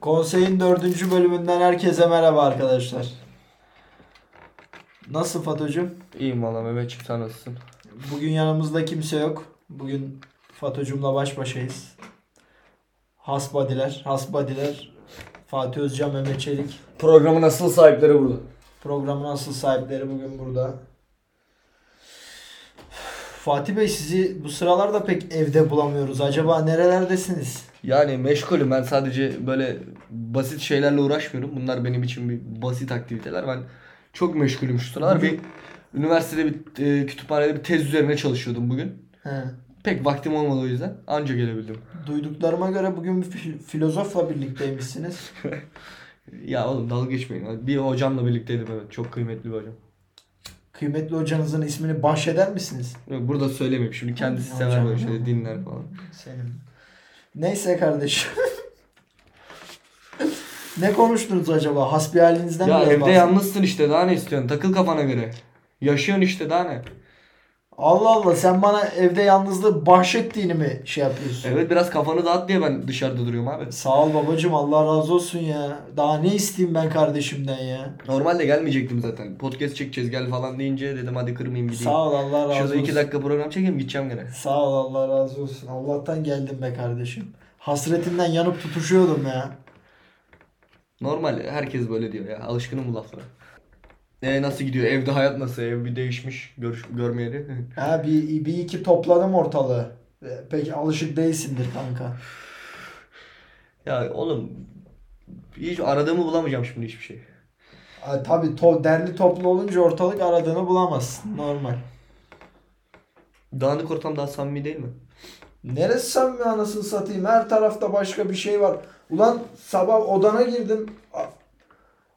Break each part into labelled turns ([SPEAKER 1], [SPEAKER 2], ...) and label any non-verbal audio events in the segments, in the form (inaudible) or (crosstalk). [SPEAKER 1] Konseyin dördüncü bölümünden herkese merhaba arkadaşlar. Nasıl Fatocuğum?
[SPEAKER 2] İyiyim valla Mehmetçik sen nasılsın?
[SPEAKER 1] Bugün yanımızda kimse yok. Bugün Fatocuğum'la baş başayız. Hasbadiler, hasbadiler. Fatih Özcan, Mehmet Çelik.
[SPEAKER 2] Programın asıl sahipleri burada.
[SPEAKER 1] Programın asıl sahipleri bugün burada. Fatih Bey sizi bu sıralarda pek evde bulamıyoruz. Acaba nerelerdesiniz?
[SPEAKER 2] Yani meşgulüm ben sadece böyle basit şeylerle uğraşmıyorum. Bunlar benim için bir basit aktiviteler. Ben çok meşgulüm şu sıralar. Bir üniversitede bir e, kütüphanede bir tez üzerine çalışıyordum bugün.
[SPEAKER 1] He.
[SPEAKER 2] Pek vaktim olmadı o yüzden. Anca gelebildim.
[SPEAKER 1] Duyduklarıma göre bugün bir fi- filozofla birlikteymişsiniz.
[SPEAKER 2] Ya oğlum dalga geçmeyin. Bir hocamla birlikteydim evet. Çok kıymetli bir hocam.
[SPEAKER 1] Kıymetli hocanızın ismini bahşeder misiniz?
[SPEAKER 2] Yok, Burada söylemeyeyim. Şimdi kendisi
[SPEAKER 1] Hocam
[SPEAKER 2] sever böyle
[SPEAKER 1] ama.
[SPEAKER 2] şeyleri dinler falan.
[SPEAKER 1] Senin. Neyse kardeşim. ne konuştunuz acaba? Hasbihalinizden
[SPEAKER 2] Ya
[SPEAKER 1] biraz
[SPEAKER 2] evde
[SPEAKER 1] bahsedin.
[SPEAKER 2] yalnızsın işte daha ne istiyorsun? Takıl kafana göre. Yaşıyorsun işte daha ne?
[SPEAKER 1] Allah Allah sen bana evde yalnızlığı bahşettiğini mi şey yapıyorsun?
[SPEAKER 2] Evet biraz kafanı dağıt diye ben dışarıda duruyorum abi.
[SPEAKER 1] Sağ ol babacım Allah razı olsun ya. Daha ne isteyeyim ben kardeşimden ya.
[SPEAKER 2] Normalde gelmeyecektim zaten. Podcast çekeceğiz gel falan deyince dedim hadi kırmayayım gideyim.
[SPEAKER 1] Sağ ol Allah razı
[SPEAKER 2] Şurada
[SPEAKER 1] olsun.
[SPEAKER 2] iki dakika program çekeyim gideceğim gene.
[SPEAKER 1] Sağ ol Allah razı olsun. Allah'tan geldim be kardeşim. Hasretinden yanıp tutuşuyordum ya.
[SPEAKER 2] Normal herkes böyle diyor ya alışkınım bu laflara. E nasıl gidiyor? Evde hayat nasıl? Ev bir değişmiş görüş, görmeyeli. (laughs)
[SPEAKER 1] Ha bir, bir iki topladım ortalığı. E, Pek alışık değilsindir kanka.
[SPEAKER 2] ya oğlum hiç aradığımı bulamayacağım şimdi hiçbir şey.
[SPEAKER 1] Tabi tabii to, derli toplu olunca ortalık aradığını bulamazsın. Normal.
[SPEAKER 2] Dağınık ortam daha samimi değil mi?
[SPEAKER 1] Neresi samimi anasını satayım? Her tarafta başka bir şey var. Ulan sabah odana girdim. A-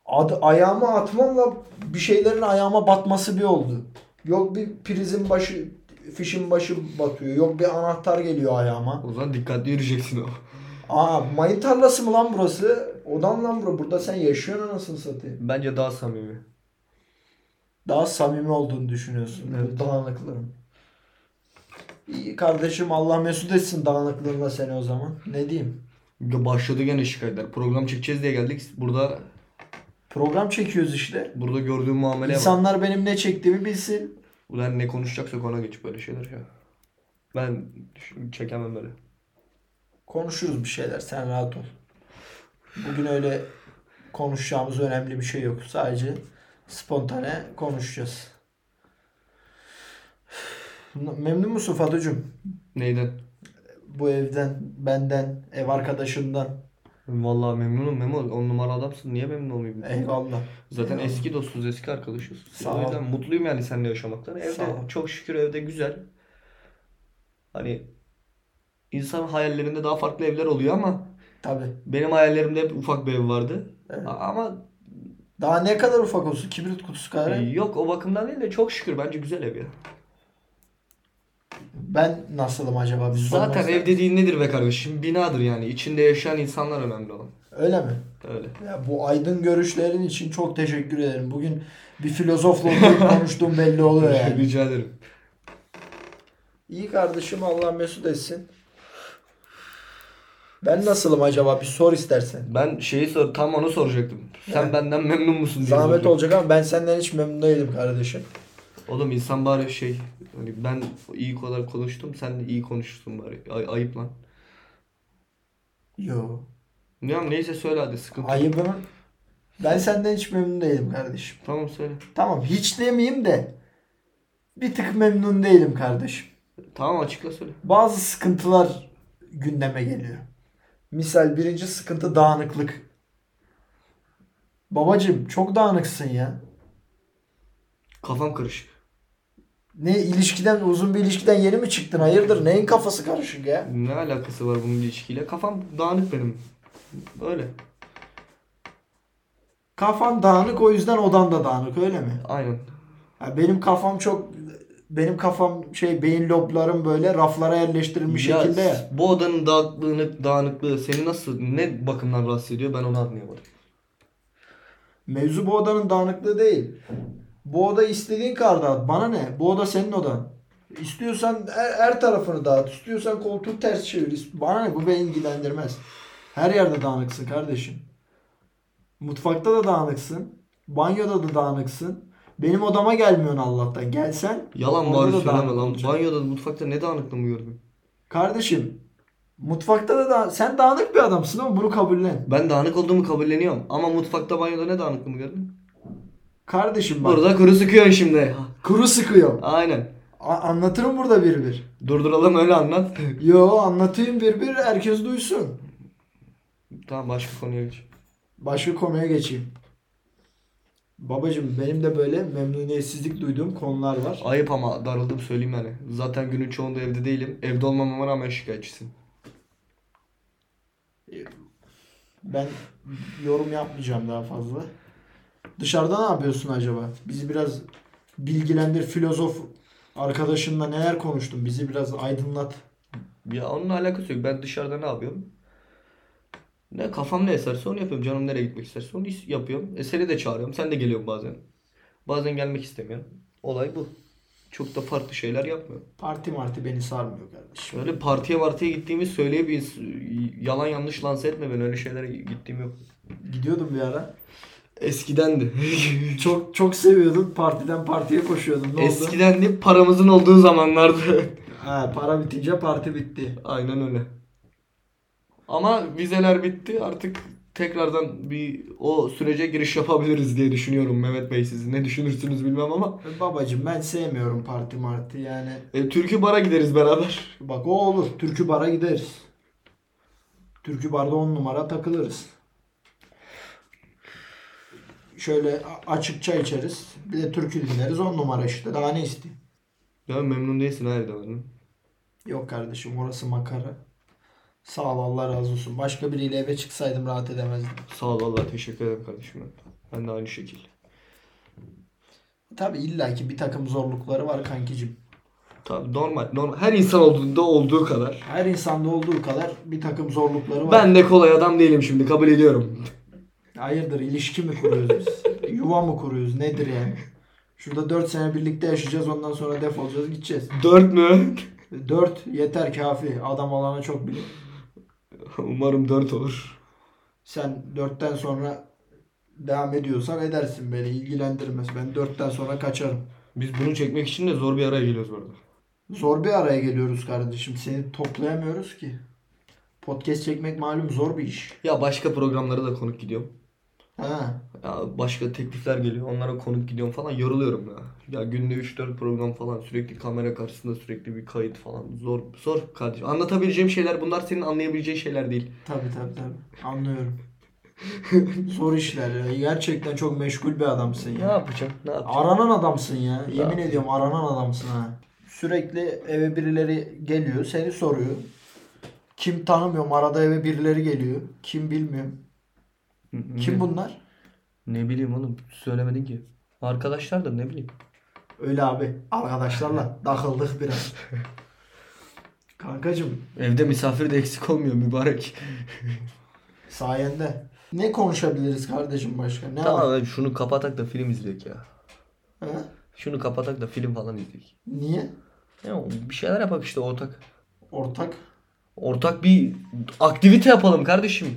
[SPEAKER 1] Ad, ayağımı atmamla bir şeylerin ayağıma batması bir oldu. Yok bir prizin başı, fişin başı batıyor. Yok bir anahtar geliyor ayağıma.
[SPEAKER 2] O zaman dikkatli yürüyeceksin o.
[SPEAKER 1] Aa mayın tarlası mı lan burası? Odam lan burası. Burada sen yaşıyorsun anasını satayım.
[SPEAKER 2] Bence daha samimi.
[SPEAKER 1] daha samimi olduğunu düşünüyorsun
[SPEAKER 2] Evet.
[SPEAKER 1] bu dağınıklığın. İyi kardeşim Allah mesut etsin dağınıklığınla seni o zaman. Ne diyeyim?
[SPEAKER 2] Ya Başladı gene şikayetler. Program çekeceğiz diye geldik. Burada
[SPEAKER 1] Program çekiyoruz işte.
[SPEAKER 2] burada gördüğüm muameleye bak.
[SPEAKER 1] İnsanlar benim ne çektiğimi bilsin.
[SPEAKER 2] Ulan ne konuşacaksak ona geç böyle şeyler ya. Ben şu- çekemem böyle.
[SPEAKER 1] Konuşuruz bir şeyler sen rahat ol. Bugün öyle konuşacağımız önemli bir şey yok. Sadece spontane konuşacağız. Memnun musun Fatucuğum?
[SPEAKER 2] Neyden?
[SPEAKER 1] Bu evden, benden, ev arkadaşından.
[SPEAKER 2] Vallahi memnunum Memo. On numara adamsın. Niye memnun olmayayım?
[SPEAKER 1] Eyvallah.
[SPEAKER 2] Zaten
[SPEAKER 1] Eyvallah.
[SPEAKER 2] eski dostuz, eski arkadaşız.
[SPEAKER 1] Sağ
[SPEAKER 2] o
[SPEAKER 1] ol.
[SPEAKER 2] yüzden mutluyum yani seninle yaşamaktan. Evde
[SPEAKER 1] Sağ ol.
[SPEAKER 2] çok şükür evde güzel. Hani insan hayallerinde daha farklı evler oluyor ama
[SPEAKER 1] Tabii.
[SPEAKER 2] benim hayallerimde hep ufak bir ev vardı.
[SPEAKER 1] Evet.
[SPEAKER 2] A- Ama
[SPEAKER 1] Daha ne kadar ufak olsun? Kibrit kutusu kadar.
[SPEAKER 2] yok o bakımdan değil de çok şükür bence güzel ev ya.
[SPEAKER 1] Ben nasılım acaba? Bir sormak
[SPEAKER 2] Zaten ev
[SPEAKER 1] istedim.
[SPEAKER 2] dediğin nedir be kardeşim? Binadır yani. İçinde yaşayan insanlar önemli olan.
[SPEAKER 1] Öyle mi?
[SPEAKER 2] Öyle.
[SPEAKER 1] Ya bu aydın görüşlerin için çok teşekkür ederim. Bugün bir filozofla
[SPEAKER 2] (laughs)
[SPEAKER 1] oturup konuştuğum belli oluyor yani.
[SPEAKER 2] Rica ederim.
[SPEAKER 1] İyi kardeşim Allah mesut etsin. Ben nasılım acaba? Bir sor istersen.
[SPEAKER 2] Ben şeyi sor, tam onu soracaktım. Sen
[SPEAKER 1] Yani.
[SPEAKER 2] benden memnun musun diye
[SPEAKER 1] Zahmet
[SPEAKER 2] soracaktım.
[SPEAKER 1] olacak ama ben senden hiç memnun değilim kardeşim.
[SPEAKER 2] Oğlum insan bari şey, hani ben iyi kadar konuştum, sen de iyi konuştun bari. Ay- ayıp lan.
[SPEAKER 1] Yo.
[SPEAKER 2] Ne yap- neyse söyle hadi sıkıntı. yok.
[SPEAKER 1] Ayıbının. Ben senden hiç memnun değilim kardeşim.
[SPEAKER 2] Tamam söyle.
[SPEAKER 1] Tamam hiç demeyeyim de bir tık memnun değilim kardeşim.
[SPEAKER 2] Tamam açıkla söyle.
[SPEAKER 1] bazı sıkıntılar gündeme geliyor. Misal birinci sıkıntı dağınıklık. Babacım çok dağınıksın ya.
[SPEAKER 2] Kafam karışık.
[SPEAKER 1] Ne ilişkiden uzun bir ilişkiden yeni mi çıktın? Hayırdır? Neyin kafası karışık ya?
[SPEAKER 2] Ne alakası var bunun ilişkiyle? Kafam dağınık benim. Öyle.
[SPEAKER 1] Kafan dağınık o yüzden odan da dağınık öyle mi?
[SPEAKER 2] Aynen.
[SPEAKER 1] Ya benim kafam çok benim kafam şey beyin loblarım böyle raflara yerleştirilmiş
[SPEAKER 2] Ya,
[SPEAKER 1] şekilde ya.
[SPEAKER 2] Bu odanın dağınıklığını, dağınıklığı seni nasıl, ne bakımdan rahatsız ediyor ben onu anlayamadım.
[SPEAKER 1] Mevzu bu odanın dağınıklığı değil. Bu oda istediğin kadar dağıt. Bana ne? Bu oda senin odan. er, İstiyorsan her, her tarafını dağıt. İstiyorsan koltuğu ters çevir. İst- Bana ne? Bu beni ilgilendirmez. Her yerde dağınıksın kardeşim. Mutfakta da dağınıksın. Banyoda da dağınıksın. Benim odama gelmiyorsun Allah'tan. Gelsen
[SPEAKER 2] Yalan
[SPEAKER 1] orada
[SPEAKER 2] bari
[SPEAKER 1] da
[SPEAKER 2] söyleme
[SPEAKER 1] dağınık
[SPEAKER 2] lan.
[SPEAKER 1] olacak.
[SPEAKER 2] Banyoda mutfakta ne dağınıklığını mı gördün?
[SPEAKER 1] Kardeşim mutfakta da daha, sen dağınık bir adamsın ama bunu kabullen.
[SPEAKER 2] Ben dağınık olduğumu kabulleniyorum. Ama mutfakta banyoda ne dağınıklığını gördün?
[SPEAKER 1] Kardeşim bak
[SPEAKER 2] Burada kuru sıkıyorsun şimdi.
[SPEAKER 1] kuru sıkıyor.
[SPEAKER 2] Aynen.
[SPEAKER 1] A- anlatırım burada bir bir.
[SPEAKER 2] Durduralım öyle anlat. (laughs)
[SPEAKER 1] Yo anlatayım bir bir herkes duysun.
[SPEAKER 2] tamam başka konuya geç.
[SPEAKER 1] Başka konuya geçeyim. Babacım benim de böyle memnuniyetsizlik duyduğum konular var.
[SPEAKER 2] Ayıp ama darıldım söyleyeyim yani. Zaten günün çoğunda evde değilim. Evde olmamama rağmen şikayetçisin.
[SPEAKER 1] Ben yorum yapmayacağım daha fazla. Dışarıda ne yapıyorsun acaba? Bizi biraz bilgilendir filozof arkadaşınla neler konuştun? Bizi biraz aydınlat.
[SPEAKER 2] Ya onunla alakası yok. Ben dışarıda ne yapıyorum? Ne kafam ne eserse onu yapıyorum. Canım nereye gitmek isterse onu is- yapıyorum. E seni de çağırıyorum. Sen de geliyorsun bazen. Bazen gelmek istemiyorum. Olay bu. Çok da farklı şeyler yapmıyorum.
[SPEAKER 1] Parti marti beni sarmıyor kardeşim.
[SPEAKER 2] Öyle partiye partiye gittiğimi söyleyip ins- yalan yanlış lanse etme ben öyle şeylere gittiğim yok.
[SPEAKER 1] Gidiyordum bir ara.
[SPEAKER 2] (laughs) Eskidendi.
[SPEAKER 1] Çok çok seviyordun. Partiden partiye koşuyordun. Ne oldu?
[SPEAKER 2] Eskiden de paramızın olduğu zamanlardı.
[SPEAKER 1] Ha, para bitince parti bitti.
[SPEAKER 2] (laughs) Aynen öyle. Ama vizeler bitti artık tekrardan bir o sürece giriş yapabiliriz diye düşünüyorum Mehmet Bey siz ne düşünürsünüz bilmem ama
[SPEAKER 1] E, Babacım ben sevmiyorum parti marti yani.
[SPEAKER 2] e, Türkü bara gideriz beraber.
[SPEAKER 1] Bak o olur. Türkü bara gideriz. Türkü barda on numara takılırız. Şöyle a- açık çay içeriz. Bir de türkü dinleriz. On numara işte. Daha ne isteyeyim?
[SPEAKER 2] (laughs) Ya memnun değilsin ha evde benden.
[SPEAKER 1] Yok kardeşim orası makara. Sağ ol Allah razı olsun. Başka biriyle eve çıksaydım rahat edemezdim.
[SPEAKER 2] Sağ ol Allah teşekkür ederim kardeşim. Ben de aynı şekil.
[SPEAKER 1] Tabi illaki bir takım zorlukları var kankicim.
[SPEAKER 2] Tabii normal normal her insan olduğunda olduğu kadar.
[SPEAKER 1] Her insanda olduğu kadar bir takım zorlukları var.
[SPEAKER 2] Ben de kolay adam değilim şimdi kabul ediyorum.
[SPEAKER 1] Hayırdır ilişki mi kuruyoruz biz? Yuva mı kuruyoruz? Nedir yani? Şurada 4 sene birlikte yaşayacağız ondan sonra defolacağız gideceğiz.
[SPEAKER 2] Dört mü? (laughs)
[SPEAKER 1] 4 yeter kafi. Adam olana çok bilir.
[SPEAKER 2] Umarım dört olur.
[SPEAKER 1] Sen 4'ten sonra devam ediyorsan edersin beni ilgilendirmez. Ben 4'ten sonra kaçarım.
[SPEAKER 2] Biz bunu çekmek için de zor bir araya geliyoruz bu arada.
[SPEAKER 1] Zor bir araya geliyoruz kardeşim. Seni toplayamıyoruz ki. Podcast çekmek malum zor bir iş.
[SPEAKER 2] Ya başka programlara da konuk gidiyorum.
[SPEAKER 1] Ha.
[SPEAKER 2] Ya başka teklifler geliyor. Onlara konuk gidiyorum falan. Yoruluyorum ya. Ya günde 3-4 program falan. Sürekli kamera karşısında sürekli bir kayıt falan. Zor zor kardeşim. Anlatabileceğim şeyler bunlar senin anlayabileceğin şeyler değil.
[SPEAKER 1] Tabii tabii tabii. Anlıyorum. Zor işler ya. Gerçekten çok meşgul bir adamsın
[SPEAKER 2] Ne
[SPEAKER 1] ya.
[SPEAKER 2] yapacağım? Ne yapacağım?
[SPEAKER 1] Aranan adamsın ya. Yemin
[SPEAKER 2] Ya.
[SPEAKER 1] ediyorum aranan adamsın ha. Sürekli eve birileri geliyor, seni soruyor. Kim tanımıyorum, arada eve birileri geliyor. Kim bilmiyorum. Kim bunlar?
[SPEAKER 2] Ne bileyim oğlum. Söylemedin ki. Arkadaşlar da ne bileyim.
[SPEAKER 1] Öyle abi. Arkadaşlarla takıldık biraz. Kankacım
[SPEAKER 2] Evde misafir de eksik olmuyor mübarek.
[SPEAKER 1] sayende. Ne konuşabiliriz kardeşim başka? Ne
[SPEAKER 2] Tamam
[SPEAKER 1] var?
[SPEAKER 2] abi şunu kapatak da film izleyek ya.
[SPEAKER 1] He?
[SPEAKER 2] Şunu kapatak da film falan izleyek.
[SPEAKER 1] Niye?
[SPEAKER 2] Ya bir şeyler yapak işte ortak.
[SPEAKER 1] Ortak.
[SPEAKER 2] Ortak bir aktivite yapalım kardeşim.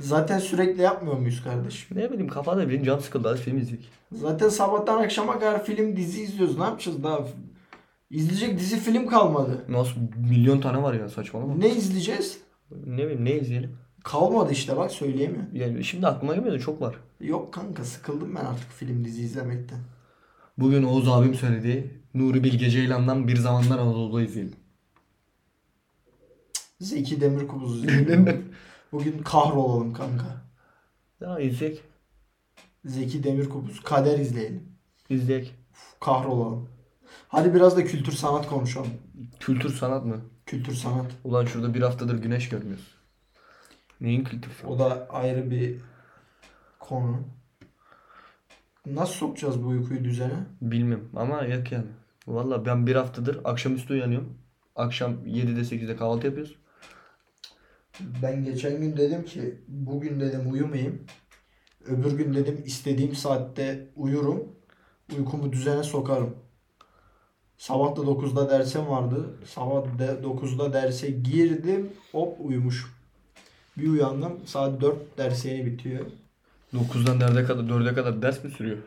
[SPEAKER 1] Zaten sürekli yapmıyor muyuz kardeşim?
[SPEAKER 2] Ne bileyim kafada benim can sıkıldı hadi film izleyek.
[SPEAKER 1] Zaten sabahtan akşama kadar film dizi izliyoruz. Ne yapacağız daha? İzleyecek dizi film kalmadı.
[SPEAKER 2] Nasıl milyon tane var ya saçmalama.
[SPEAKER 1] Ne izleyeceğiz?
[SPEAKER 2] Ne bileyim ne izleyelim.
[SPEAKER 1] Kalmadı işte bak söyleyemiyorum.
[SPEAKER 2] Yani şimdi aklıma gelmiyor da çok var.
[SPEAKER 1] Yok kanka sıkıldım ben artık film dizi izlemekten.
[SPEAKER 2] Bugün Oğuz abim söyledi. Nuri Bilge Ceylan'dan Bir Zamanlar Anadolu'da izleyelim.
[SPEAKER 1] Zeki Demirkubuz izleyelim. Bugün kahrolalım kanka.
[SPEAKER 2] Ya izleyek.
[SPEAKER 1] Zeki Demirkubuz kader izleyelim.
[SPEAKER 2] İzleyek.
[SPEAKER 1] Kahrolalım. Hadi biraz da kültür sanat konuşalım.
[SPEAKER 2] Kültür sanat mı?
[SPEAKER 1] Kültür sanat.
[SPEAKER 2] Ulan şurada bir haftadır güneş görmüyoruz. Neyin kültür?
[SPEAKER 1] O da ayrı bir konu. Nasıl sokacağız bu uykuyu düzene?
[SPEAKER 2] Bilmem ama yok yani. Valla ben bir haftadır akşamüstü uyanıyorum. Akşam 7'de 8'de kahvaltı yapıyoruz.
[SPEAKER 1] Ben geçen gün dedim ki bugün dedim uyumayayım. Öbür gün dedim istediğim saatte uyurum. Uykumu düzene sokarım. Sabah da 9'da dersim vardı. Sabah de 9'da derse girdim. Hop uyumuşum. Bir uyandım saat 4 ders yeni bitiyor.
[SPEAKER 2] 9'dan 4'e kadar 4'e kadar ders mi sürüyor?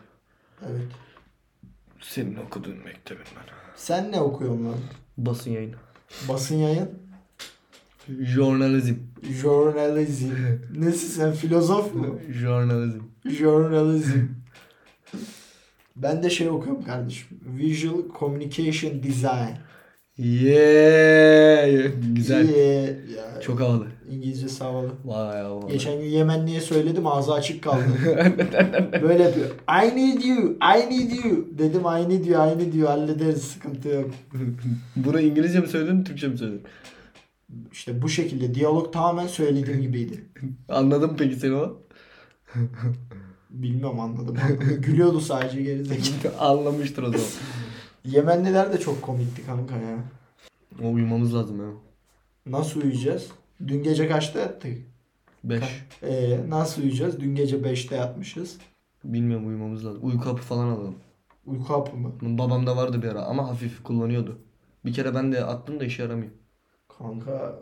[SPEAKER 1] Evet.
[SPEAKER 2] Senin okuduğun mektebin ben.
[SPEAKER 1] Sen ne okuyorsun lan?
[SPEAKER 2] Basın yayını.
[SPEAKER 1] Basın yayın.
[SPEAKER 2] Jurnalizm.
[SPEAKER 1] Journalizm. Nesin sen filozof mu?
[SPEAKER 2] Jurnalizm.
[SPEAKER 1] Journalism. (laughs) ben de şey okuyorum kardeşim. Visual Communication Design.
[SPEAKER 2] Yeah. Güzel.
[SPEAKER 1] Ee, ya,
[SPEAKER 2] Çok havalı.
[SPEAKER 1] İngilizce savalı.
[SPEAKER 2] Vay havalı.
[SPEAKER 1] Geçen gün Yemenli'ye söyledim ağzı açık kaldı. Böyle yapıyor. I need you, I need you. Dedim I need you, I need you hallederiz sıkıntı yok.
[SPEAKER 2] Bunu İngilizce mi söyledin, Türkçe mi söyledin?
[SPEAKER 1] İşte bu şekilde diyalog tamamen söylediğim gibiydi.
[SPEAKER 2] Anladım peki seni o. (laughs)
[SPEAKER 1] Bilmem anladım. (laughs) Gülüyordu sadece gerizekalı.
[SPEAKER 2] Anlamıştır o zaman.
[SPEAKER 1] Yemenliler de çok komikti kanka ya.
[SPEAKER 2] O uyumamız lazım ya.
[SPEAKER 1] Nasıl uyuyacağız? Dün gece kaçta yattık?
[SPEAKER 2] 5.
[SPEAKER 1] Ee, nasıl uyuyacağız? Dün gece 5'te yatmışız.
[SPEAKER 2] Bilmiyorum uyumamız lazım. Uyku hapı falan alalım.
[SPEAKER 1] Uyku hapı mı?
[SPEAKER 2] Bunun babamda vardı bir ara ama hafif kullanıyordu. Bir kere ben de attım da işe yaramıyor.
[SPEAKER 1] Kanka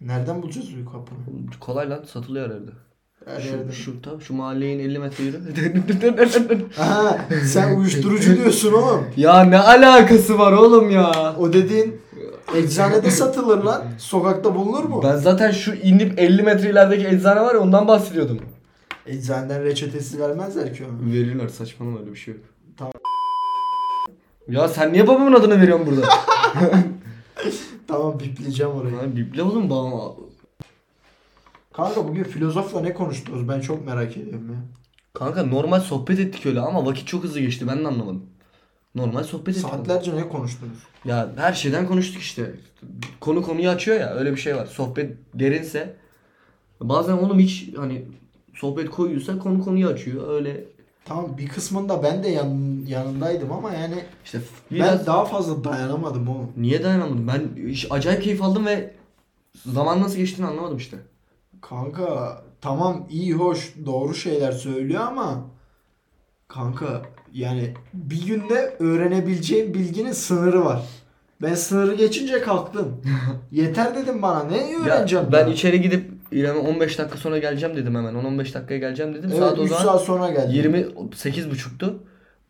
[SPEAKER 1] nereden bulacağız uyku hapını?
[SPEAKER 2] Oğlum Kolay lan satılıyor herhalde.
[SPEAKER 1] Her
[SPEAKER 2] Şu,
[SPEAKER 1] yerden.
[SPEAKER 2] şu, tam şu mahallenin 50 metre yürü. (laughs)
[SPEAKER 1] Aha, sen uyuşturucu diyorsun oğlum.
[SPEAKER 2] ya ne alakası var oğlum ya?
[SPEAKER 1] O dediğin eczanede satılır lan. Sokakta bulunur mu?
[SPEAKER 2] Ben zaten şu inip 50 metre ilerideki eczane var ya ondan bahsediyordum.
[SPEAKER 1] Eczaneden reçetesi vermezler ki onu.
[SPEAKER 2] Verirler saçmalama öyle bir şey yok.
[SPEAKER 1] Tamam.
[SPEAKER 2] Ya sen niye babamın adını veriyorsun burada?
[SPEAKER 1] Tamam bipleyeceğim orayı.
[SPEAKER 2] Lan biple oğlum babama.
[SPEAKER 1] Kanka bugün filozofla ne konuştunuz? Ben çok merak ediyorum ya.
[SPEAKER 2] Kanka normal sohbet ettik öyle ama vakit çok hızlı geçti ben de anlamadım. Normal sohbet ettik.
[SPEAKER 1] Saatlerce ne konuştunuz?
[SPEAKER 2] Ya her şeyden konuştuk işte. Konu konuyu açıyor ya öyle bir şey var. Sohbet derinse bazen oğlum hiç hani sohbet koyuyorsa konu konuyu açıyor. Öyle
[SPEAKER 1] Tamam bir kısmında ben de yan, yanındaydım ama yani
[SPEAKER 2] işte biraz
[SPEAKER 1] ben daha fazla dayanamadım oğlum.
[SPEAKER 2] niye dayanamadım? Ben iş- acayip keyif aldım ve zaman nasıl geçtiğini anlamadım işte.
[SPEAKER 1] Kanka tamam iyi hoş doğru şeyler söylüyor ama kanka yani bir günde öğrenebileceğim bilginin sınırı var. Ben sınırı geçince
[SPEAKER 2] (laughs)
[SPEAKER 1] kalktım. Yeter dedim bana. Ne
[SPEAKER 2] Ya
[SPEAKER 1] öğreneceğim?
[SPEAKER 2] ben
[SPEAKER 1] daha?
[SPEAKER 2] içeri gidip İrem'e 15 dakika sonra geleceğim dedim hemen. 10-15 dakikaya geleceğim dedim.
[SPEAKER 1] Evet,
[SPEAKER 2] saat o
[SPEAKER 1] üç
[SPEAKER 2] zaman
[SPEAKER 1] saat sonra geldim.
[SPEAKER 2] 28 buçuktu.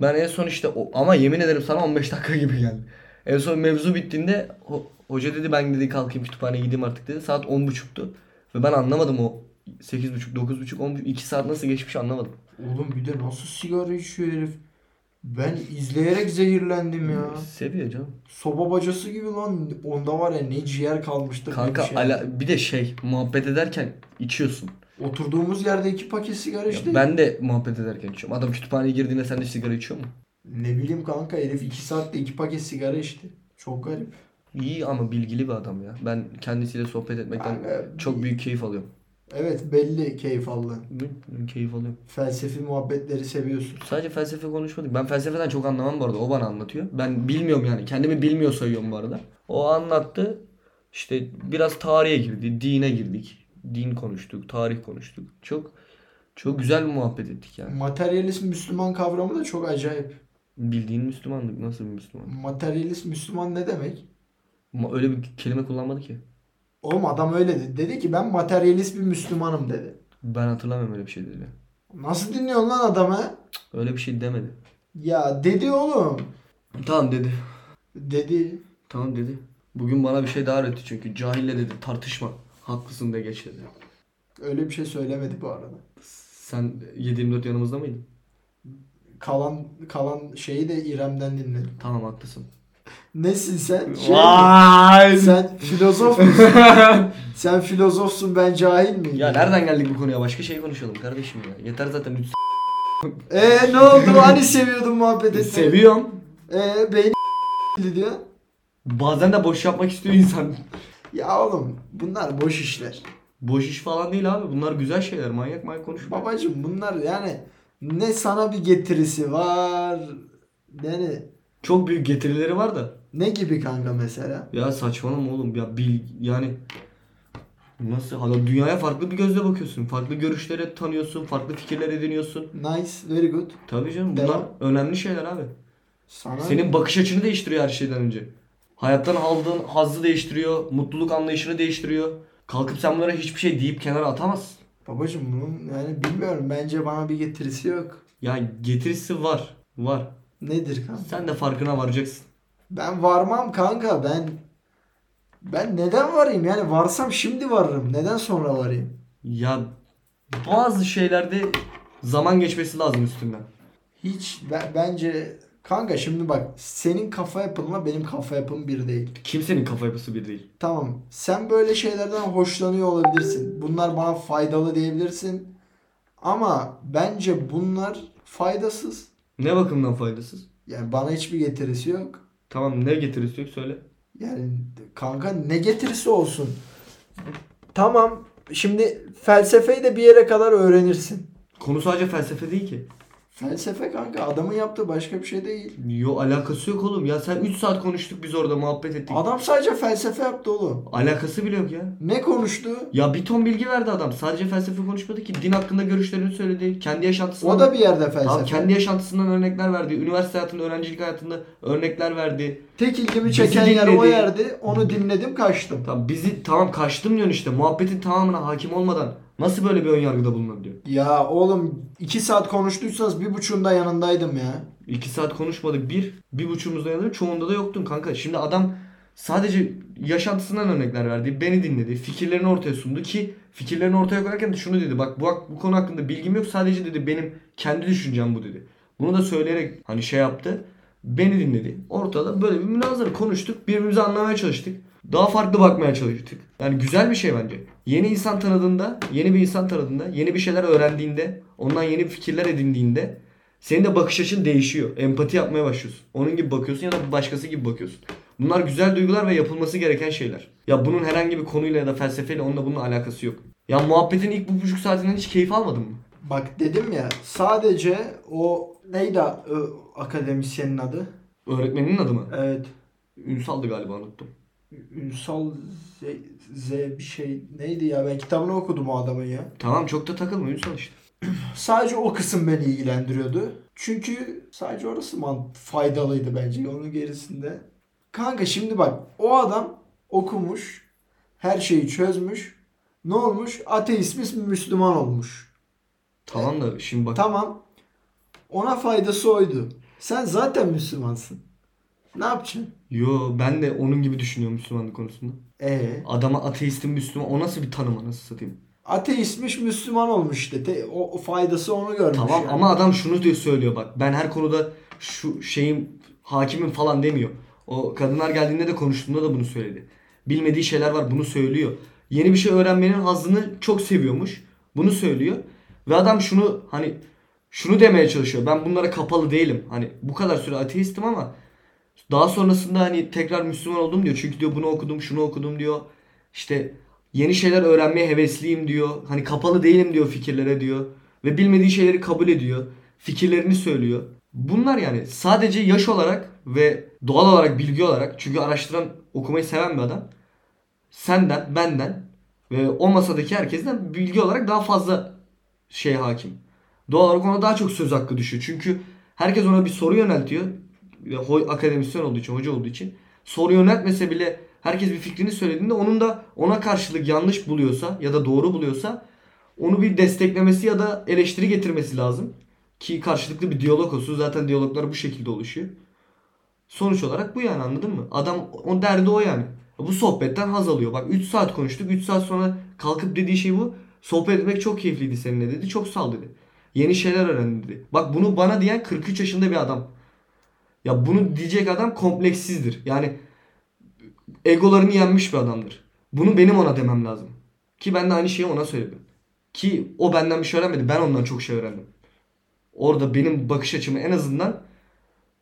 [SPEAKER 2] Ben en son işte o- ama yemin ederim sana 15 dakika gibi geldi. En son mevzu bittiğinde ho- hoca dedi ben dedi kalkayım kütüphaneye gideyim artık dedi. Saat 10 buçuktu. Ve ben anlamadım o 8 buçuk, 9 buçuk, 10 buçuk, 2 saat nasıl geçmiş anlamadım.
[SPEAKER 1] Oğlum bir de nasıl sigara içiyor herif? Ben izleyerek zehirlendim ya.
[SPEAKER 2] Seviyor canım.
[SPEAKER 1] Soba bacası gibi lan. Onda var ya ne ciğer kalmıştır ne
[SPEAKER 2] Kanka
[SPEAKER 1] bir şey.
[SPEAKER 2] ala, bir de şey muhabbet ederken içiyorsun.
[SPEAKER 1] Oturduğumuz yerde iki paket sigara
[SPEAKER 2] Ya
[SPEAKER 1] içtik.
[SPEAKER 2] ben de muhabbet ederken içiyorum. Adam kütüphaneye girdiğinde sen de sigara içiyor mu?
[SPEAKER 1] Ne bileyim kanka herif 2 saatte 2 paket sigara içti. Çok garip.
[SPEAKER 2] İyi ama bilgili bir adam ya. Ben kendisiyle sohbet etmekten
[SPEAKER 1] Kanka,
[SPEAKER 2] çok büyük keyif alıyorum.
[SPEAKER 1] Evet belli keyif aldın.
[SPEAKER 2] Ben Keyif alıyorum.
[SPEAKER 1] Felsefi muhabbetleri seviyorsun.
[SPEAKER 2] Sadece felsefe konuşmadık. Ben felsefeden çok anlamam bu arada. O bana anlatıyor. Ben bilmiyorum yani. Kendimi bilmiyor sayıyorum bu arada. O anlattı. İşte biraz tarihe girdi. Dine girdik. Din konuştuk. Tarih konuştuk. Çok çok güzel bir muhabbet ettik yani.
[SPEAKER 1] Materyalist Müslüman kavramı da çok acayip.
[SPEAKER 2] Bildiğin Müslümanlık. Nasıl bir Müslüman?
[SPEAKER 1] Materyalist Müslüman ne demek?
[SPEAKER 2] Ama öyle bir kelime kullanmadı ki.
[SPEAKER 1] Oğlum adam öyle dedi. Dedi ki ben materyalist bir Müslümanım dedi.
[SPEAKER 2] Ben hatırlamıyorum öyle bir şey dedi.
[SPEAKER 1] Nasıl dinliyorsun lan adamı?
[SPEAKER 2] Öyle bir şey demedi.
[SPEAKER 1] Ya dedi oğlum.
[SPEAKER 2] Tamam dedi.
[SPEAKER 1] Dedi.
[SPEAKER 2] Tamam dedi. Bugün bana bir şey daha öğretti çünkü. Cahille dedi tartışma. Haklısın de geç dedi.
[SPEAKER 1] Öyle bir şey söylemedi bu arada.
[SPEAKER 2] Sen 7-24 yanımızda mıydın?
[SPEAKER 1] Kalan kalan şeyi de İrem'den dinledim.
[SPEAKER 2] Tamam haklısın.
[SPEAKER 1] Nesin sen? Şey mi?
[SPEAKER 2] Vay!
[SPEAKER 1] sen filozof
[SPEAKER 2] (laughs)
[SPEAKER 1] musun? sen filozofsun ben cahil miyim?
[SPEAKER 2] ya nereden geldik bu konuya? Başka şey konuşalım kardeşim ya. Yeter zaten 3
[SPEAKER 1] Eee ne oldu? Hani seviyordun muhabbet etmeyi?
[SPEAKER 2] Seviyorum.
[SPEAKER 1] Eee beyni (laughs) diyor.
[SPEAKER 2] Bazen de boş yapmak istiyor insan.
[SPEAKER 1] Ya oğlum bunlar boş işler.
[SPEAKER 2] Boş iş falan değil abi. Bunlar güzel şeyler. Manyak manyak konuşma.
[SPEAKER 1] Babacım bunlar yani ne sana bir getirisi var yani
[SPEAKER 2] Çok büyük getirileri var da.
[SPEAKER 1] ne gibi kanka mesela?
[SPEAKER 2] Ya saçmalama oğlum. Ya bil yani Nasıl? Hala dünyaya farklı bir gözle bakıyorsun. Farklı görüşleri tanıyorsun. Farklı fikirler ediniyorsun.
[SPEAKER 1] Nice, very good.
[SPEAKER 2] Tabii canım. Bunlar
[SPEAKER 1] Devam.
[SPEAKER 2] önemli şeyler abi.
[SPEAKER 1] Sana
[SPEAKER 2] Senin bakış açını değiştiriyor her şeyden önce. Hayattan aldığın hazzı değiştiriyor, mutluluk anlayışını değiştiriyor. Kalkıp sen bunlara hiçbir şey deyip kenara atamazsın.
[SPEAKER 1] Babacım bunun yani bilmiyorum bence bana bir getirisi yok.
[SPEAKER 2] Ya getirisi var. Var.
[SPEAKER 1] Nedir kanka?
[SPEAKER 2] Sen de farkına varacaksın.
[SPEAKER 1] Ben varmam kanka ben ben neden varayım yani varsam şimdi varırım neden sonra varayım?
[SPEAKER 2] Ya bazı şeylerde zaman geçmesi lazım üstünden.
[SPEAKER 1] Hiç ben, bence kanka şimdi bak senin kafa yapınla benim kafa yapım bir değil.
[SPEAKER 2] Kimsenin kafa yapısı bir değil.
[SPEAKER 1] Tamam. Sen böyle şeylerden hoşlanıyor olabilirsin. Bunlar bana faydalı diyebilirsin. Ama bence bunlar faydasız.
[SPEAKER 2] Ne bakımdan faydasız?
[SPEAKER 1] Yani bana hiçbir getirisi yok.
[SPEAKER 2] Tamam ne getirisi yok söyle.
[SPEAKER 1] Yani kanka ne getirisi olsun. Tamam. Şimdi felsefeyi de bir yere kadar öğrenirsin.
[SPEAKER 2] Konu sadece felsefe değil ki.
[SPEAKER 1] Felsefe kanka adamın yaptığı başka bir şey değil.
[SPEAKER 2] Yo alakası yok oğlum. Ya sen 3 saat konuştuk biz orada muhabbet ettik.
[SPEAKER 1] Adam sadece felsefe yaptı oğlum.
[SPEAKER 2] Alakası bile yok ya.
[SPEAKER 1] Ne konuştu?
[SPEAKER 2] Ya bir ton bilgi verdi adam. Sadece felsefe konuşmadı ki. Din hakkında görüşlerini söyledi. Kendi yaşantısından
[SPEAKER 1] O da bir yerde felsefe.
[SPEAKER 2] Abi kendi yaşantısından örnekler verdi. Üniversite hayatında, öğrencilik hayatında örnekler verdi.
[SPEAKER 1] Tek ilgimi
[SPEAKER 2] Bizi
[SPEAKER 1] çeken yer o
[SPEAKER 2] dinledi.
[SPEAKER 1] yerdi. Onu dinledim kaçtım.
[SPEAKER 2] Tamam bizi tamam kaçtım diyorsun işte. Muhabbetin tamamına hakim olmadan nasıl böyle bir ön yargıda bulunabiliyor?
[SPEAKER 1] Ya oğlum iki saat konuştuysanız bir buçuğunda yanındaydım ya.
[SPEAKER 2] İki saat konuşmadık. Bir, bir buçuğumuzda yanılır. Çoğunda da yoktun kanka. Şimdi adam sadece yaşantısından örnekler verdi. Beni dinledi. Fikirlerini ortaya sundu ki fikirlerini ortaya koyarken de şunu dedi. Bak bu, hak- bu konu hakkında bilgim yok. Sadece dedi benim kendi düşüncem bu dedi. Bunu da söyleyerek hani şey yaptı. Beni dinledi. Ortada böyle bir münazara konuştuk. Birbirimizi anlamaya çalıştık. Daha farklı bakmaya çalıştık. Yani güzel bir şey bence. Yeni insan tanıdığında, yeni bir insan tanıdığında, yeni bir şeyler öğrendiğinde, ondan yeni fikirler edindiğinde senin de bakış açın değişiyor. Empati yapmaya başlıyorsun. Onun gibi bakıyorsun ya da bir başkası gibi bakıyorsun. Bunlar güzel duygular ve yapılması gereken şeyler. Ya bunun herhangi bir konuyla ya da felsefeyle onunla bunun alakası yok. Ya muhabbetin ilk bu buçuk saatinden hiç keyif almadın mı?
[SPEAKER 1] Bak dedim ya sadece o neydi ö, akademisyenin adı?
[SPEAKER 2] Öğretmenin adı mı?
[SPEAKER 1] Evet.
[SPEAKER 2] Ünsal'dı galiba unuttum.
[SPEAKER 1] Ünsal Z, Z bir şey neydi ya ben kitabını okudum o adamın ya.
[SPEAKER 2] Tamam çok da takılma Ünsal işte.
[SPEAKER 1] Sadece o kısım beni ilgilendiriyordu. Çünkü sadece orası man faydalıydı bence onun gerisinde. Kanka şimdi bak o adam okumuş, her şeyi çözmüş. Ne olmuş? Ateist mi Müslüman olmuş.
[SPEAKER 2] Tamam da şimdi bak.
[SPEAKER 1] Tamam. Ona faydası oydu. Sen zaten Müslümansın. Ne yapacaksın?
[SPEAKER 2] Yo ben de onun gibi düşünüyorum Müslümanlık konusunda.
[SPEAKER 1] Ee,
[SPEAKER 2] Adama ateistin Müslüman o nasıl bir tanım anasını satayım.
[SPEAKER 1] ateistmiş Müslüman olmuş işte. Te- o, o faydası onu görmüş.
[SPEAKER 2] Tamam
[SPEAKER 1] yani.
[SPEAKER 2] ama adam şunu diyor söylüyor bak. Ben her konuda şu şeyim hakimim falan demiyor. O kadınlar geldiğinde de konuştuğumda da bunu söyledi. Bilmediği şeyler var bunu söylüyor. Yeni bir şey öğrenmenin hazzını çok seviyormuş. Bunu söylüyor. Ve adam şunu hani şunu demeye çalışıyor. Ben bunlara kapalı değilim. Hani bu kadar süre ateistim ama daha sonrasında hani tekrar Müslüman oldum diyor. Çünkü diyor bunu okudum, şunu okudum diyor. İşte yeni şeyler öğrenmeye hevesliyim diyor. Hani kapalı değilim diyor fikirlere diyor. Ve bilmediği şeyleri kabul ediyor. Fikirlerini söylüyor. Bunlar yani sadece yaş olarak ve doğal olarak bilgi olarak çünkü araştıran okumayı seven bir adam senden, benden ve o masadaki herkesten bilgi olarak daha fazla şey hakim. Doğal olarak ona daha çok söz hakkı düşüyor. Çünkü herkes ona bir soru yöneltiyor. Ya ho- Akademisyen olduğu için, hoca olduğu için. Soru yöneltmese bile herkes bir fikrini söylediğinde onun da ona karşılık yanlış buluyorsa ya da doğru buluyorsa onu bir desteklemesi ya da eleştiri getirmesi lazım. Ki karşılıklı bir diyalog olsun. Zaten diyaloglar bu şekilde oluşuyor. Sonuç olarak bu yani anladın mı? Adam o derdi o yani. Bu sohbetten haz alıyor. Bak 3 saat konuştuk. 3 saat sonra kalkıp dediği şey bu. Sohbet etmek çok keyifliydi seninle dedi. Çok sal dedi. Yeni şeyler öğrendim dedi. Bak bunu bana diyen 43 yaşında bir adam. Ya bunu diyecek adam kompleksizdir. Yani egolarını yenmiş bir adamdır. Bunu benim ona demem lazım. Ki ben de aynı şeyi ona söyledim. Ki o benden bir şey öğrenmedi. Ben ondan çok şey öğrendim. Orada benim bakış açımı en azından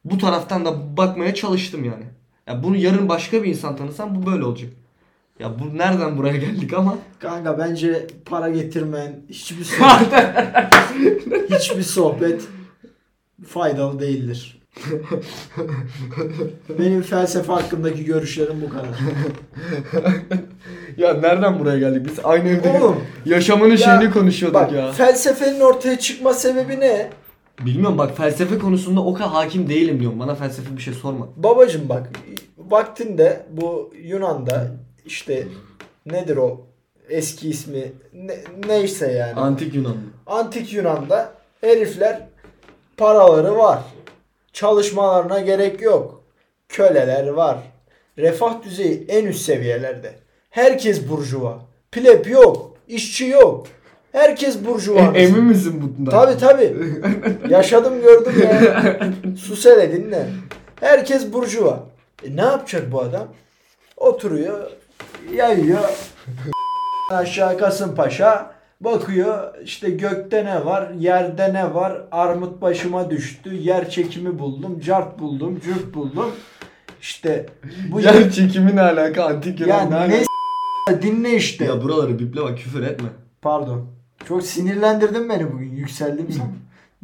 [SPEAKER 2] bu taraftan da bakmaya çalıştım yani. Ya bunu yarın başka bir insan tanısam bu böyle olacak. Ya bu nereden buraya geldik ama
[SPEAKER 1] Kanka bence para getirmeyen hiçbir sohbet, hiçbir sohbet faydalı değildir. Benim felsefe hakkındaki görüşlerim bu kadar.
[SPEAKER 2] ya nereden buraya geldik biz? Aynı evde
[SPEAKER 1] Oğlum,
[SPEAKER 2] yaşamanın şeyini şey konuşuyorduk
[SPEAKER 1] bak,
[SPEAKER 2] ya.
[SPEAKER 1] Felsefenin ortaya çıkma sebebi ne?
[SPEAKER 2] Bilmiyorum bak felsefe konusunda o kadar hakim değilim diyorum. Bana felsefe bir şey sorma.
[SPEAKER 1] Babacım bak vaktinde bu Yunan'da işte nedir o eski ismi ne, neyse yani.
[SPEAKER 2] Antik Yunanlı.
[SPEAKER 1] Antik Yunan'da herifler paraları var. Çalışmalarına gerek yok. Köleler var. Refah düzeyi en üst seviyelerde. Herkes burjuva. Pleb yok. işçi yok. Herkes burjuva.
[SPEAKER 2] E, emin misin bundan?
[SPEAKER 1] Tabi
[SPEAKER 2] (laughs)
[SPEAKER 1] tabi. Yaşadım gördüm ya. Sus hele dinle. Herkes burjuva. E ne yapacak bu adam? Oturuyor, yayıyor. (laughs) Aşağı Kasımpaşa bakıyor işte gökte ne var, yerde ne var, armut başıma düştü, yer çekimi buldum, cart buldum, cürt buldum. İşte bu
[SPEAKER 2] Yer çekimi ne alaka? Antik Yunan
[SPEAKER 1] yani
[SPEAKER 2] ne alaka?
[SPEAKER 1] ne s- dinle işte.
[SPEAKER 2] Ya buraları biple bak küfür etme.
[SPEAKER 1] Pardon. Çok sinirlendirdin beni bugün. Yükseldim sana. (laughs)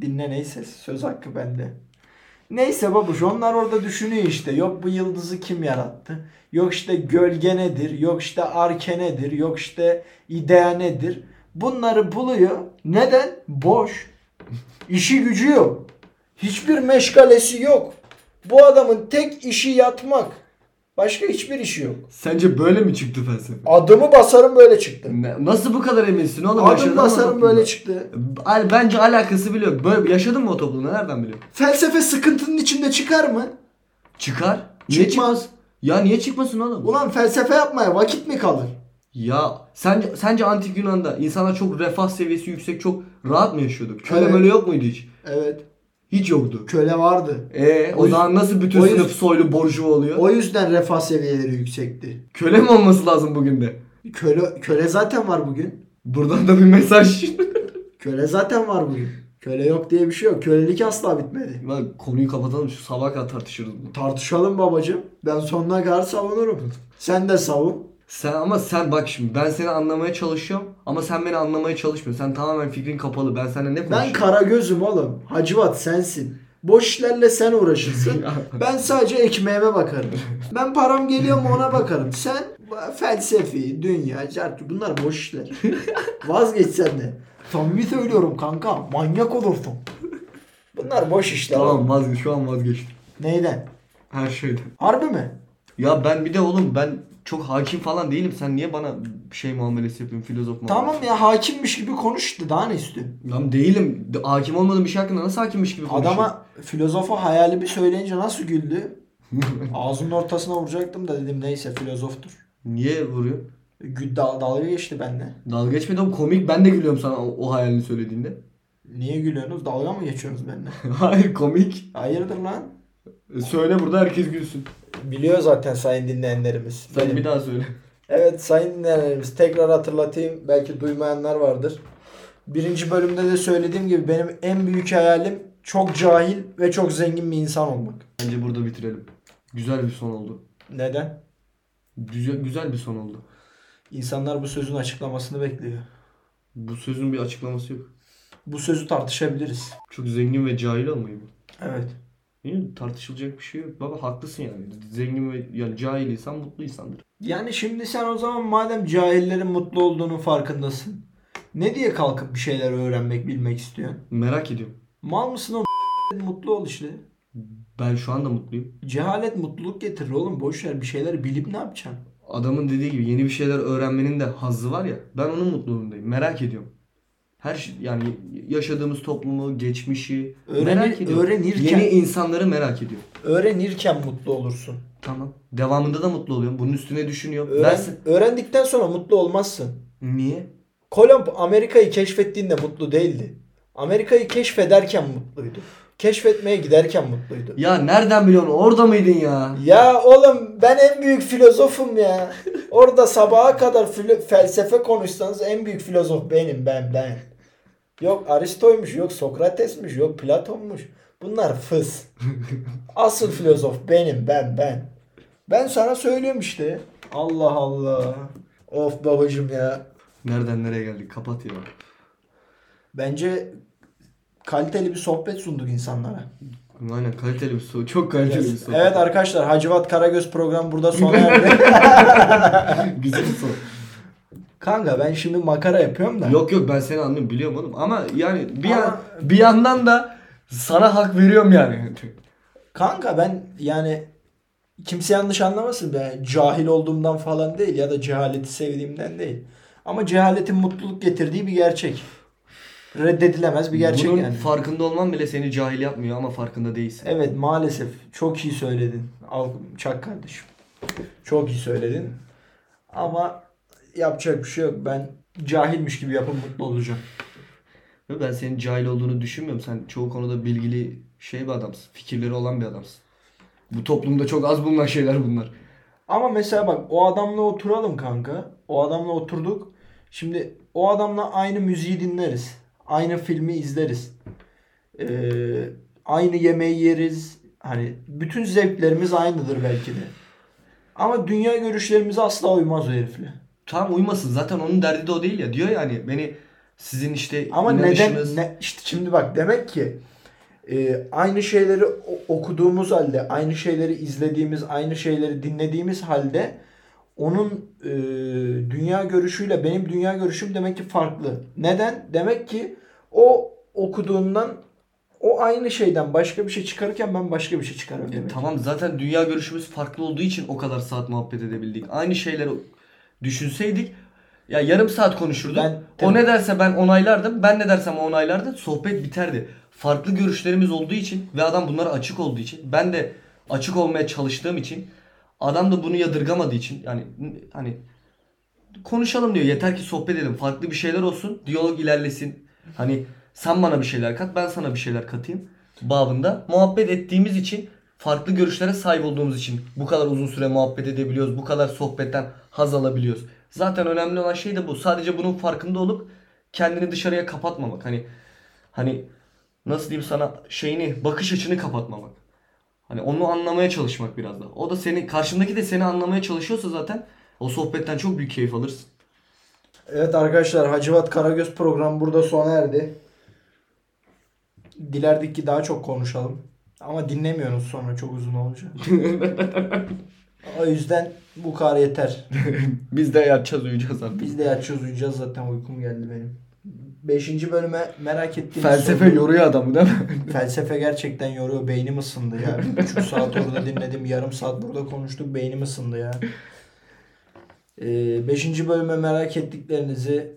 [SPEAKER 1] Dinle neyse. Söz hakkı bende. Neyse babuş onlar orada düşünüyor işte. Yok bu yıldızı kim yarattı? Yok işte gölge nedir? Yok işte arke nedir? Yok işte idea nedir? Bunları buluyor. Neden? Boş. (laughs) İşi gücü yok. Hiçbir meşgalesi yok. Bu adamın tek işi yatmak. Başka hiçbir işi yok.
[SPEAKER 2] Sence böyle mi çıktı felsefe?
[SPEAKER 1] Adımı basarım böyle çıktı.
[SPEAKER 2] Ne- Nasıl bu kadar eminsin oğlum? Yaşadın
[SPEAKER 1] Adım
[SPEAKER 2] mı
[SPEAKER 1] basarım
[SPEAKER 2] toplumda?
[SPEAKER 1] böyle çıktı.
[SPEAKER 2] Al- Bence alakası bile yok. Böyle yaşadın mı o toplumda? Nereden biliyorsun?
[SPEAKER 1] Felsefe sıkıntının içinde çıkar mı?
[SPEAKER 2] Çıkar. Niye
[SPEAKER 1] Çıkmaz.
[SPEAKER 2] çık- Ya niye çıkmasın oğlum?
[SPEAKER 1] Ulan felsefe yapmaya vakit mi kalır?
[SPEAKER 2] Ya sence sence antik Yunan'da insanlar çok refah seviyesi yüksek, çok rahat mı yaşıyordu? Köle
[SPEAKER 1] Evet.
[SPEAKER 2] böyle yok muydu hiç?
[SPEAKER 1] Evet.
[SPEAKER 2] Hiç yoktu.
[SPEAKER 1] Köle vardı.
[SPEAKER 2] E o,
[SPEAKER 1] O yüz-
[SPEAKER 2] zaman nasıl bütün
[SPEAKER 1] o yüz-
[SPEAKER 2] sınıf soylu borjuva oluyor?
[SPEAKER 1] O yüzden refah seviyeleri yüksekti.
[SPEAKER 2] Köle mi olması lazım bugün de?
[SPEAKER 1] Köle köle zaten var bugün.
[SPEAKER 2] Buradan da bir mesaj. (laughs)
[SPEAKER 1] Köle zaten var bugün. Köle yok diye bir şey yok. Kölelik asla bitmedi.
[SPEAKER 2] Lan konuyu kapatalım şu sabaha kadar tartışırız bunu.
[SPEAKER 1] Tartışalım babacığım. Ben sonuna kadar savunurum. Sen de savun.
[SPEAKER 2] Sen ama sen bak şimdi ben seni anlamaya çalışıyorum ama sen beni anlamaya çalışmıyorsun. Sen tamamen fikrin kapalı. Ben seninle ne
[SPEAKER 1] Ben
[SPEAKER 2] konuşuyorum?
[SPEAKER 1] kara gözüm oğlum. Hacivat sensin. Boş işlerle sen uğraşırsın. Ben sadece ekmeğime bakarım. Ben param geliyor mu ona bakarım. Sen felsefi, dünya, cartı bunlar boş işler. Vazgeç sen de. Samimi söylüyorum kanka. Manyak olursun. Bunlar boş işler.
[SPEAKER 2] Tamam vazgeç şu an vazgeçtim.
[SPEAKER 1] Neyden?
[SPEAKER 2] Her şeyden.
[SPEAKER 1] Harbi mi?
[SPEAKER 2] Ya ben bir de oğlum ben çok hakim falan değilim. Sen niye bana şey muamelesi yapıyorsun filozof muamelesi?
[SPEAKER 1] Tamam ya hakimmiş gibi konuş işte. Daha ne istiyorsun?
[SPEAKER 2] Lan değilim. De- Hakim olmadığım bir şey hakkında nasıl hakimmiş gibi konuşuyorum?
[SPEAKER 1] Adama filozofa hayali bir söyleyince nasıl güldü? Ağzının ortasına vuracaktım da dedim neyse filozoftur.
[SPEAKER 2] Niye vuruyor?
[SPEAKER 1] Gü- dal- dalga geçti benimle.
[SPEAKER 2] Dalga geçmedi oğlum komik. Ben de gülüyorum sana o, o hayalini söylediğinde. (laughs)
[SPEAKER 1] Niye gülüyorsunuz? Dalga mı geçiyorsunuz (laughs) benimle?
[SPEAKER 2] Hayır komik. E,
[SPEAKER 1] Hayırdır lan?
[SPEAKER 2] Söyle burada herkes gülsün.
[SPEAKER 1] Biliyor zaten sayın dinleyenlerimiz.
[SPEAKER 2] Sen
[SPEAKER 1] Benim-
[SPEAKER 2] bir daha söyle.
[SPEAKER 1] Evet sayın dinleyenlerimiz tekrar hatırlatayım. Belki duymayanlar vardır. Birinci bölümde de söylediğim gibi benim en büyük hayalim çok cahil ve çok zengin bir insan olmak.
[SPEAKER 2] Bence burada bitirelim. Güzel bir son oldu.
[SPEAKER 1] Neden?
[SPEAKER 2] Güzel, güzel bir son oldu.
[SPEAKER 1] İnsanlar bu sözün açıklamasını bekliyor.
[SPEAKER 2] Bu sözün bir açıklaması yok.
[SPEAKER 1] Bu sözü tartışabiliriz.
[SPEAKER 2] Çok zengin ve cahil olmayı mı?
[SPEAKER 1] Evet.
[SPEAKER 2] Yani tartışılacak bir şey yok. Baba haklısın yani. Zengin ve yani cahil insan mutlu insandır.
[SPEAKER 1] Yani şimdi sen o zaman madem cahillerin mutlu olduğunun farkındasın. Ne diye kalkıp bir şeyler öğrenmek, bilmek istiyorsun?
[SPEAKER 2] Merak ediyorum.
[SPEAKER 1] Mal mısın o (laughs) mutlu ol işte.
[SPEAKER 2] Ben şu anda mutluyum.
[SPEAKER 1] Cehalet mutluluk getirir oğlum. Boş ver bir şeyler bilip ne yapacaksın?
[SPEAKER 2] Adamın dediği gibi yeni bir şeyler öğrenmenin de hazzı var ya. Ben onun mutluluğundayım. Merak ediyorum. Her şey yani yaşadığımız toplumu, geçmişi
[SPEAKER 1] Öğrenir-
[SPEAKER 2] merak ediyorum.
[SPEAKER 1] öğrenirken-
[SPEAKER 2] Yeni insanları merak ediyorum.
[SPEAKER 1] Öğrenirken mutlu olursun.
[SPEAKER 2] Tamam. Devamında da mutlu oluyorum. Bunun üstüne düşünüyorum.
[SPEAKER 1] Öğren-
[SPEAKER 2] Dersin.
[SPEAKER 1] öğrendikten sonra mutlu olmazsın.
[SPEAKER 2] Niye?
[SPEAKER 1] Kolomb Amerika'yı keşfettiğinde mutlu değildi. Amerika'yı keşfederken mutluydu. Keşfetmeye giderken mutluydu.
[SPEAKER 2] Ya nereden biliyorsun? Orada mıydın ya?
[SPEAKER 1] Ya oğlum ben en büyük filozofum ya. Orada sabaha kadar filo- felsefe konuşsanız en büyük filozof benim ben ben. Yok Aristo'ymuş, yok Sokrates'miş, yok Platon'muş. Bunlar fıs. Asıl filozof benim ben ben. Ben sana söylüyorum işte. Allah Allah. Of babacım ya.
[SPEAKER 2] Nereden nereye geldik? Kapat ya.
[SPEAKER 1] Bence kaliteli bir sohbet sunduk insanlara.
[SPEAKER 2] Aynen kaliteli bir soru. Çok kaliteli bir soru.
[SPEAKER 1] Evet arkadaşlar Hacivat Karagöz program burada sona erdi.
[SPEAKER 2] (laughs) Güzel bir soru.
[SPEAKER 1] Kanka ben şimdi makara yapıyorum da.
[SPEAKER 2] Yok yok ben seni anlıyorum biliyorum oğlum. Ama yani bir,
[SPEAKER 1] Ama-
[SPEAKER 2] yan- bir yandan da sana hak veriyorum yani.
[SPEAKER 1] Kanka ben yani kimse yanlış anlamasın ben cahil olduğumdan falan değil ya da cehaleti sevdiğimden değil. Ama cehaletin mutluluk getirdiği bir gerçek. Reddedilemez bir (laughs) gerçek
[SPEAKER 2] Bunun
[SPEAKER 1] yani.
[SPEAKER 2] farkında olman bile seni cahil yapmıyor ama farkında değilsin.
[SPEAKER 1] Evet maalesef çok iyi söyledin. Al çak kardeşim. Çok iyi söyledin. Ama yapacak bir şey yok. Ben cahilmiş gibi yapıp mutlu olacağım.
[SPEAKER 2] Ve ben senin cahil olduğunu düşünmüyorum. Sen çoğu konuda bilgili şey bir adamsın. Fikirleri olan bir adamsın. Bu toplumda çok az bulunan şeyler bunlar.
[SPEAKER 1] Ama mesela bak o adamla oturalım kanka. O adamla oturduk. Şimdi o adamla aynı müziği dinleriz. Aynı filmi izleriz. Ee, aynı yemeği yeriz. Hani bütün zevklerimiz aynıdır belki de. Ama dünya görüşlerimize asla uymaz o herifle.
[SPEAKER 2] Tam uymasın. Zaten onun derdi de o değil ya. Diyor yani beni sizin işte
[SPEAKER 1] Ama
[SPEAKER 2] inanışınız-
[SPEAKER 1] neden? Ne, işte şimdi bak demek ki e, aynı şeyleri o- okuduğumuz halde, aynı şeyleri izlediğimiz, aynı şeyleri dinlediğimiz halde onun e, dünya görüşüyle benim dünya görüşüm demek ki farklı. Neden? Demek ki o okuduğundan o aynı şeyden başka bir şey çıkarırken ben başka bir şey çıkarıyorum.
[SPEAKER 2] E,
[SPEAKER 1] demek.
[SPEAKER 2] tamam zaten dünya görüşümüz farklı olduğu için o kadar saat muhabbet edebildik. Aynı şeyleri düşünseydik ya yarım saat konuşurduk.
[SPEAKER 1] Ben-
[SPEAKER 2] o ne derse ben onaylardım. Ben ne dersem o onaylardı. Sohbet biterdi. Farklı görüşlerimiz olduğu için ve adam bunlara açık olduğu için ben de açık olmaya çalıştığım için adam da bunu yadırgamadığı için yani hani konuşalım diyor. Yeter ki sohbet edelim. Farklı bir şeyler olsun. Diyalog ilerlesin. Hani sen bana bir şeyler kat, ben sana bir şeyler katayım babında. Muhabbet ettiğimiz için, farklı görüşlere sahip olduğumuz için bu kadar uzun süre muhabbet edebiliyoruz. Bu kadar sohbetten haz alabiliyoruz. Zaten önemli olan şey de bu. Sadece bunun farkında olup kendini dışarıya kapatmamak. Hani hani nasıl diyeyim sana şeyini, bakış açını kapatmamak. Hani onu anlamaya çalışmak biraz da. O da seni karşındaki de seni anlamaya çalışıyorsa zaten o sohbetten çok büyük keyif alırsın.
[SPEAKER 1] Evet arkadaşlar Hacivat Karagöz programı burada sona erdi. Dilerdik ki daha çok konuşalım. Ama dinlemiyoruz sonra çok uzun olunca. o yüzden bu kadar yeter.
[SPEAKER 2] Biz de yatacağız, uyuyacağız artık.
[SPEAKER 1] Biz de yatacağız uyuyacağız zaten uykum geldi benim. Beşinci bölüme merak ettiğiniz
[SPEAKER 2] Felsefe
[SPEAKER 1] soru-
[SPEAKER 2] yoruyor adamı değil mi? (laughs)
[SPEAKER 1] Felsefe gerçekten yoruyor. Beynim ısındı ya. Bir buçuk saat orada dinledim. Yarım saat burada konuştuk. Beynim ısındı ya. Ee, beşinci bölüme merak ettiklerinizi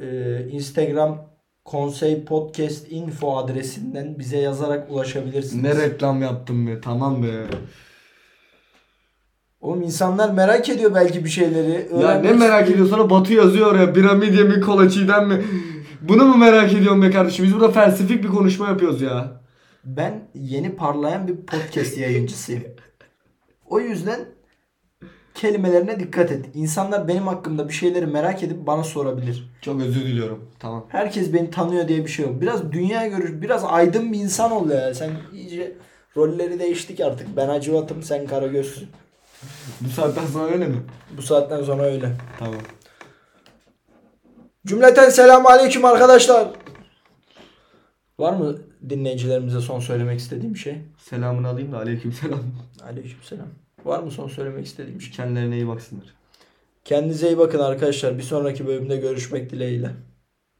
[SPEAKER 1] e, Instagram konsey podcast info adresinden bize yazarak ulaşabilirsiniz.
[SPEAKER 2] ne reklam yaptım be, tamam be.
[SPEAKER 1] Oğlum insanlar merak ediyor belki bir şeyleri.
[SPEAKER 2] Ya ne
[SPEAKER 1] Öğrenmek-
[SPEAKER 2] merak ediyorsun? O Batu yazıyor oraya. Piramidye mi, kolaçiden mi? (laughs) Bunu mu merak ediyorsun be kardeşim? Biz burada felsefik bir konuşma yapıyoruz ya.
[SPEAKER 1] Ben yeni parlayan bir podcast yayıncısıyım. O yüzden kelimelerine dikkat et. İnsanlar benim hakkımda bir şeyleri merak edip bana sorabilir.
[SPEAKER 2] Çok özür diliyorum. Tamam.
[SPEAKER 1] Herkes beni tanıyor diye bir şey yok. Biraz dünya görüş, biraz aydın bir insan ol ya. Sen iyice rolleri değiştik artık. Ben Acıvat'ım, sen Karagöz'sün.
[SPEAKER 2] Bu saatten sonra öyle mi?
[SPEAKER 1] Bu saatten sonra öyle.
[SPEAKER 2] Tamam.
[SPEAKER 1] Cümleten selamun aleyküm arkadaşlar. Var mı dinleyicilerimize son söylemek istediğim bir şey?
[SPEAKER 2] Selamını alayım da aleyküm (laughs) selam.
[SPEAKER 1] Aleyküm selam. Var mı son söylemek istediğim bir şey?
[SPEAKER 2] Kendilerine iyi baksınlar.
[SPEAKER 1] Kendinize iyi bakın arkadaşlar. Bir sonraki bölümde görüşmek dileğiyle.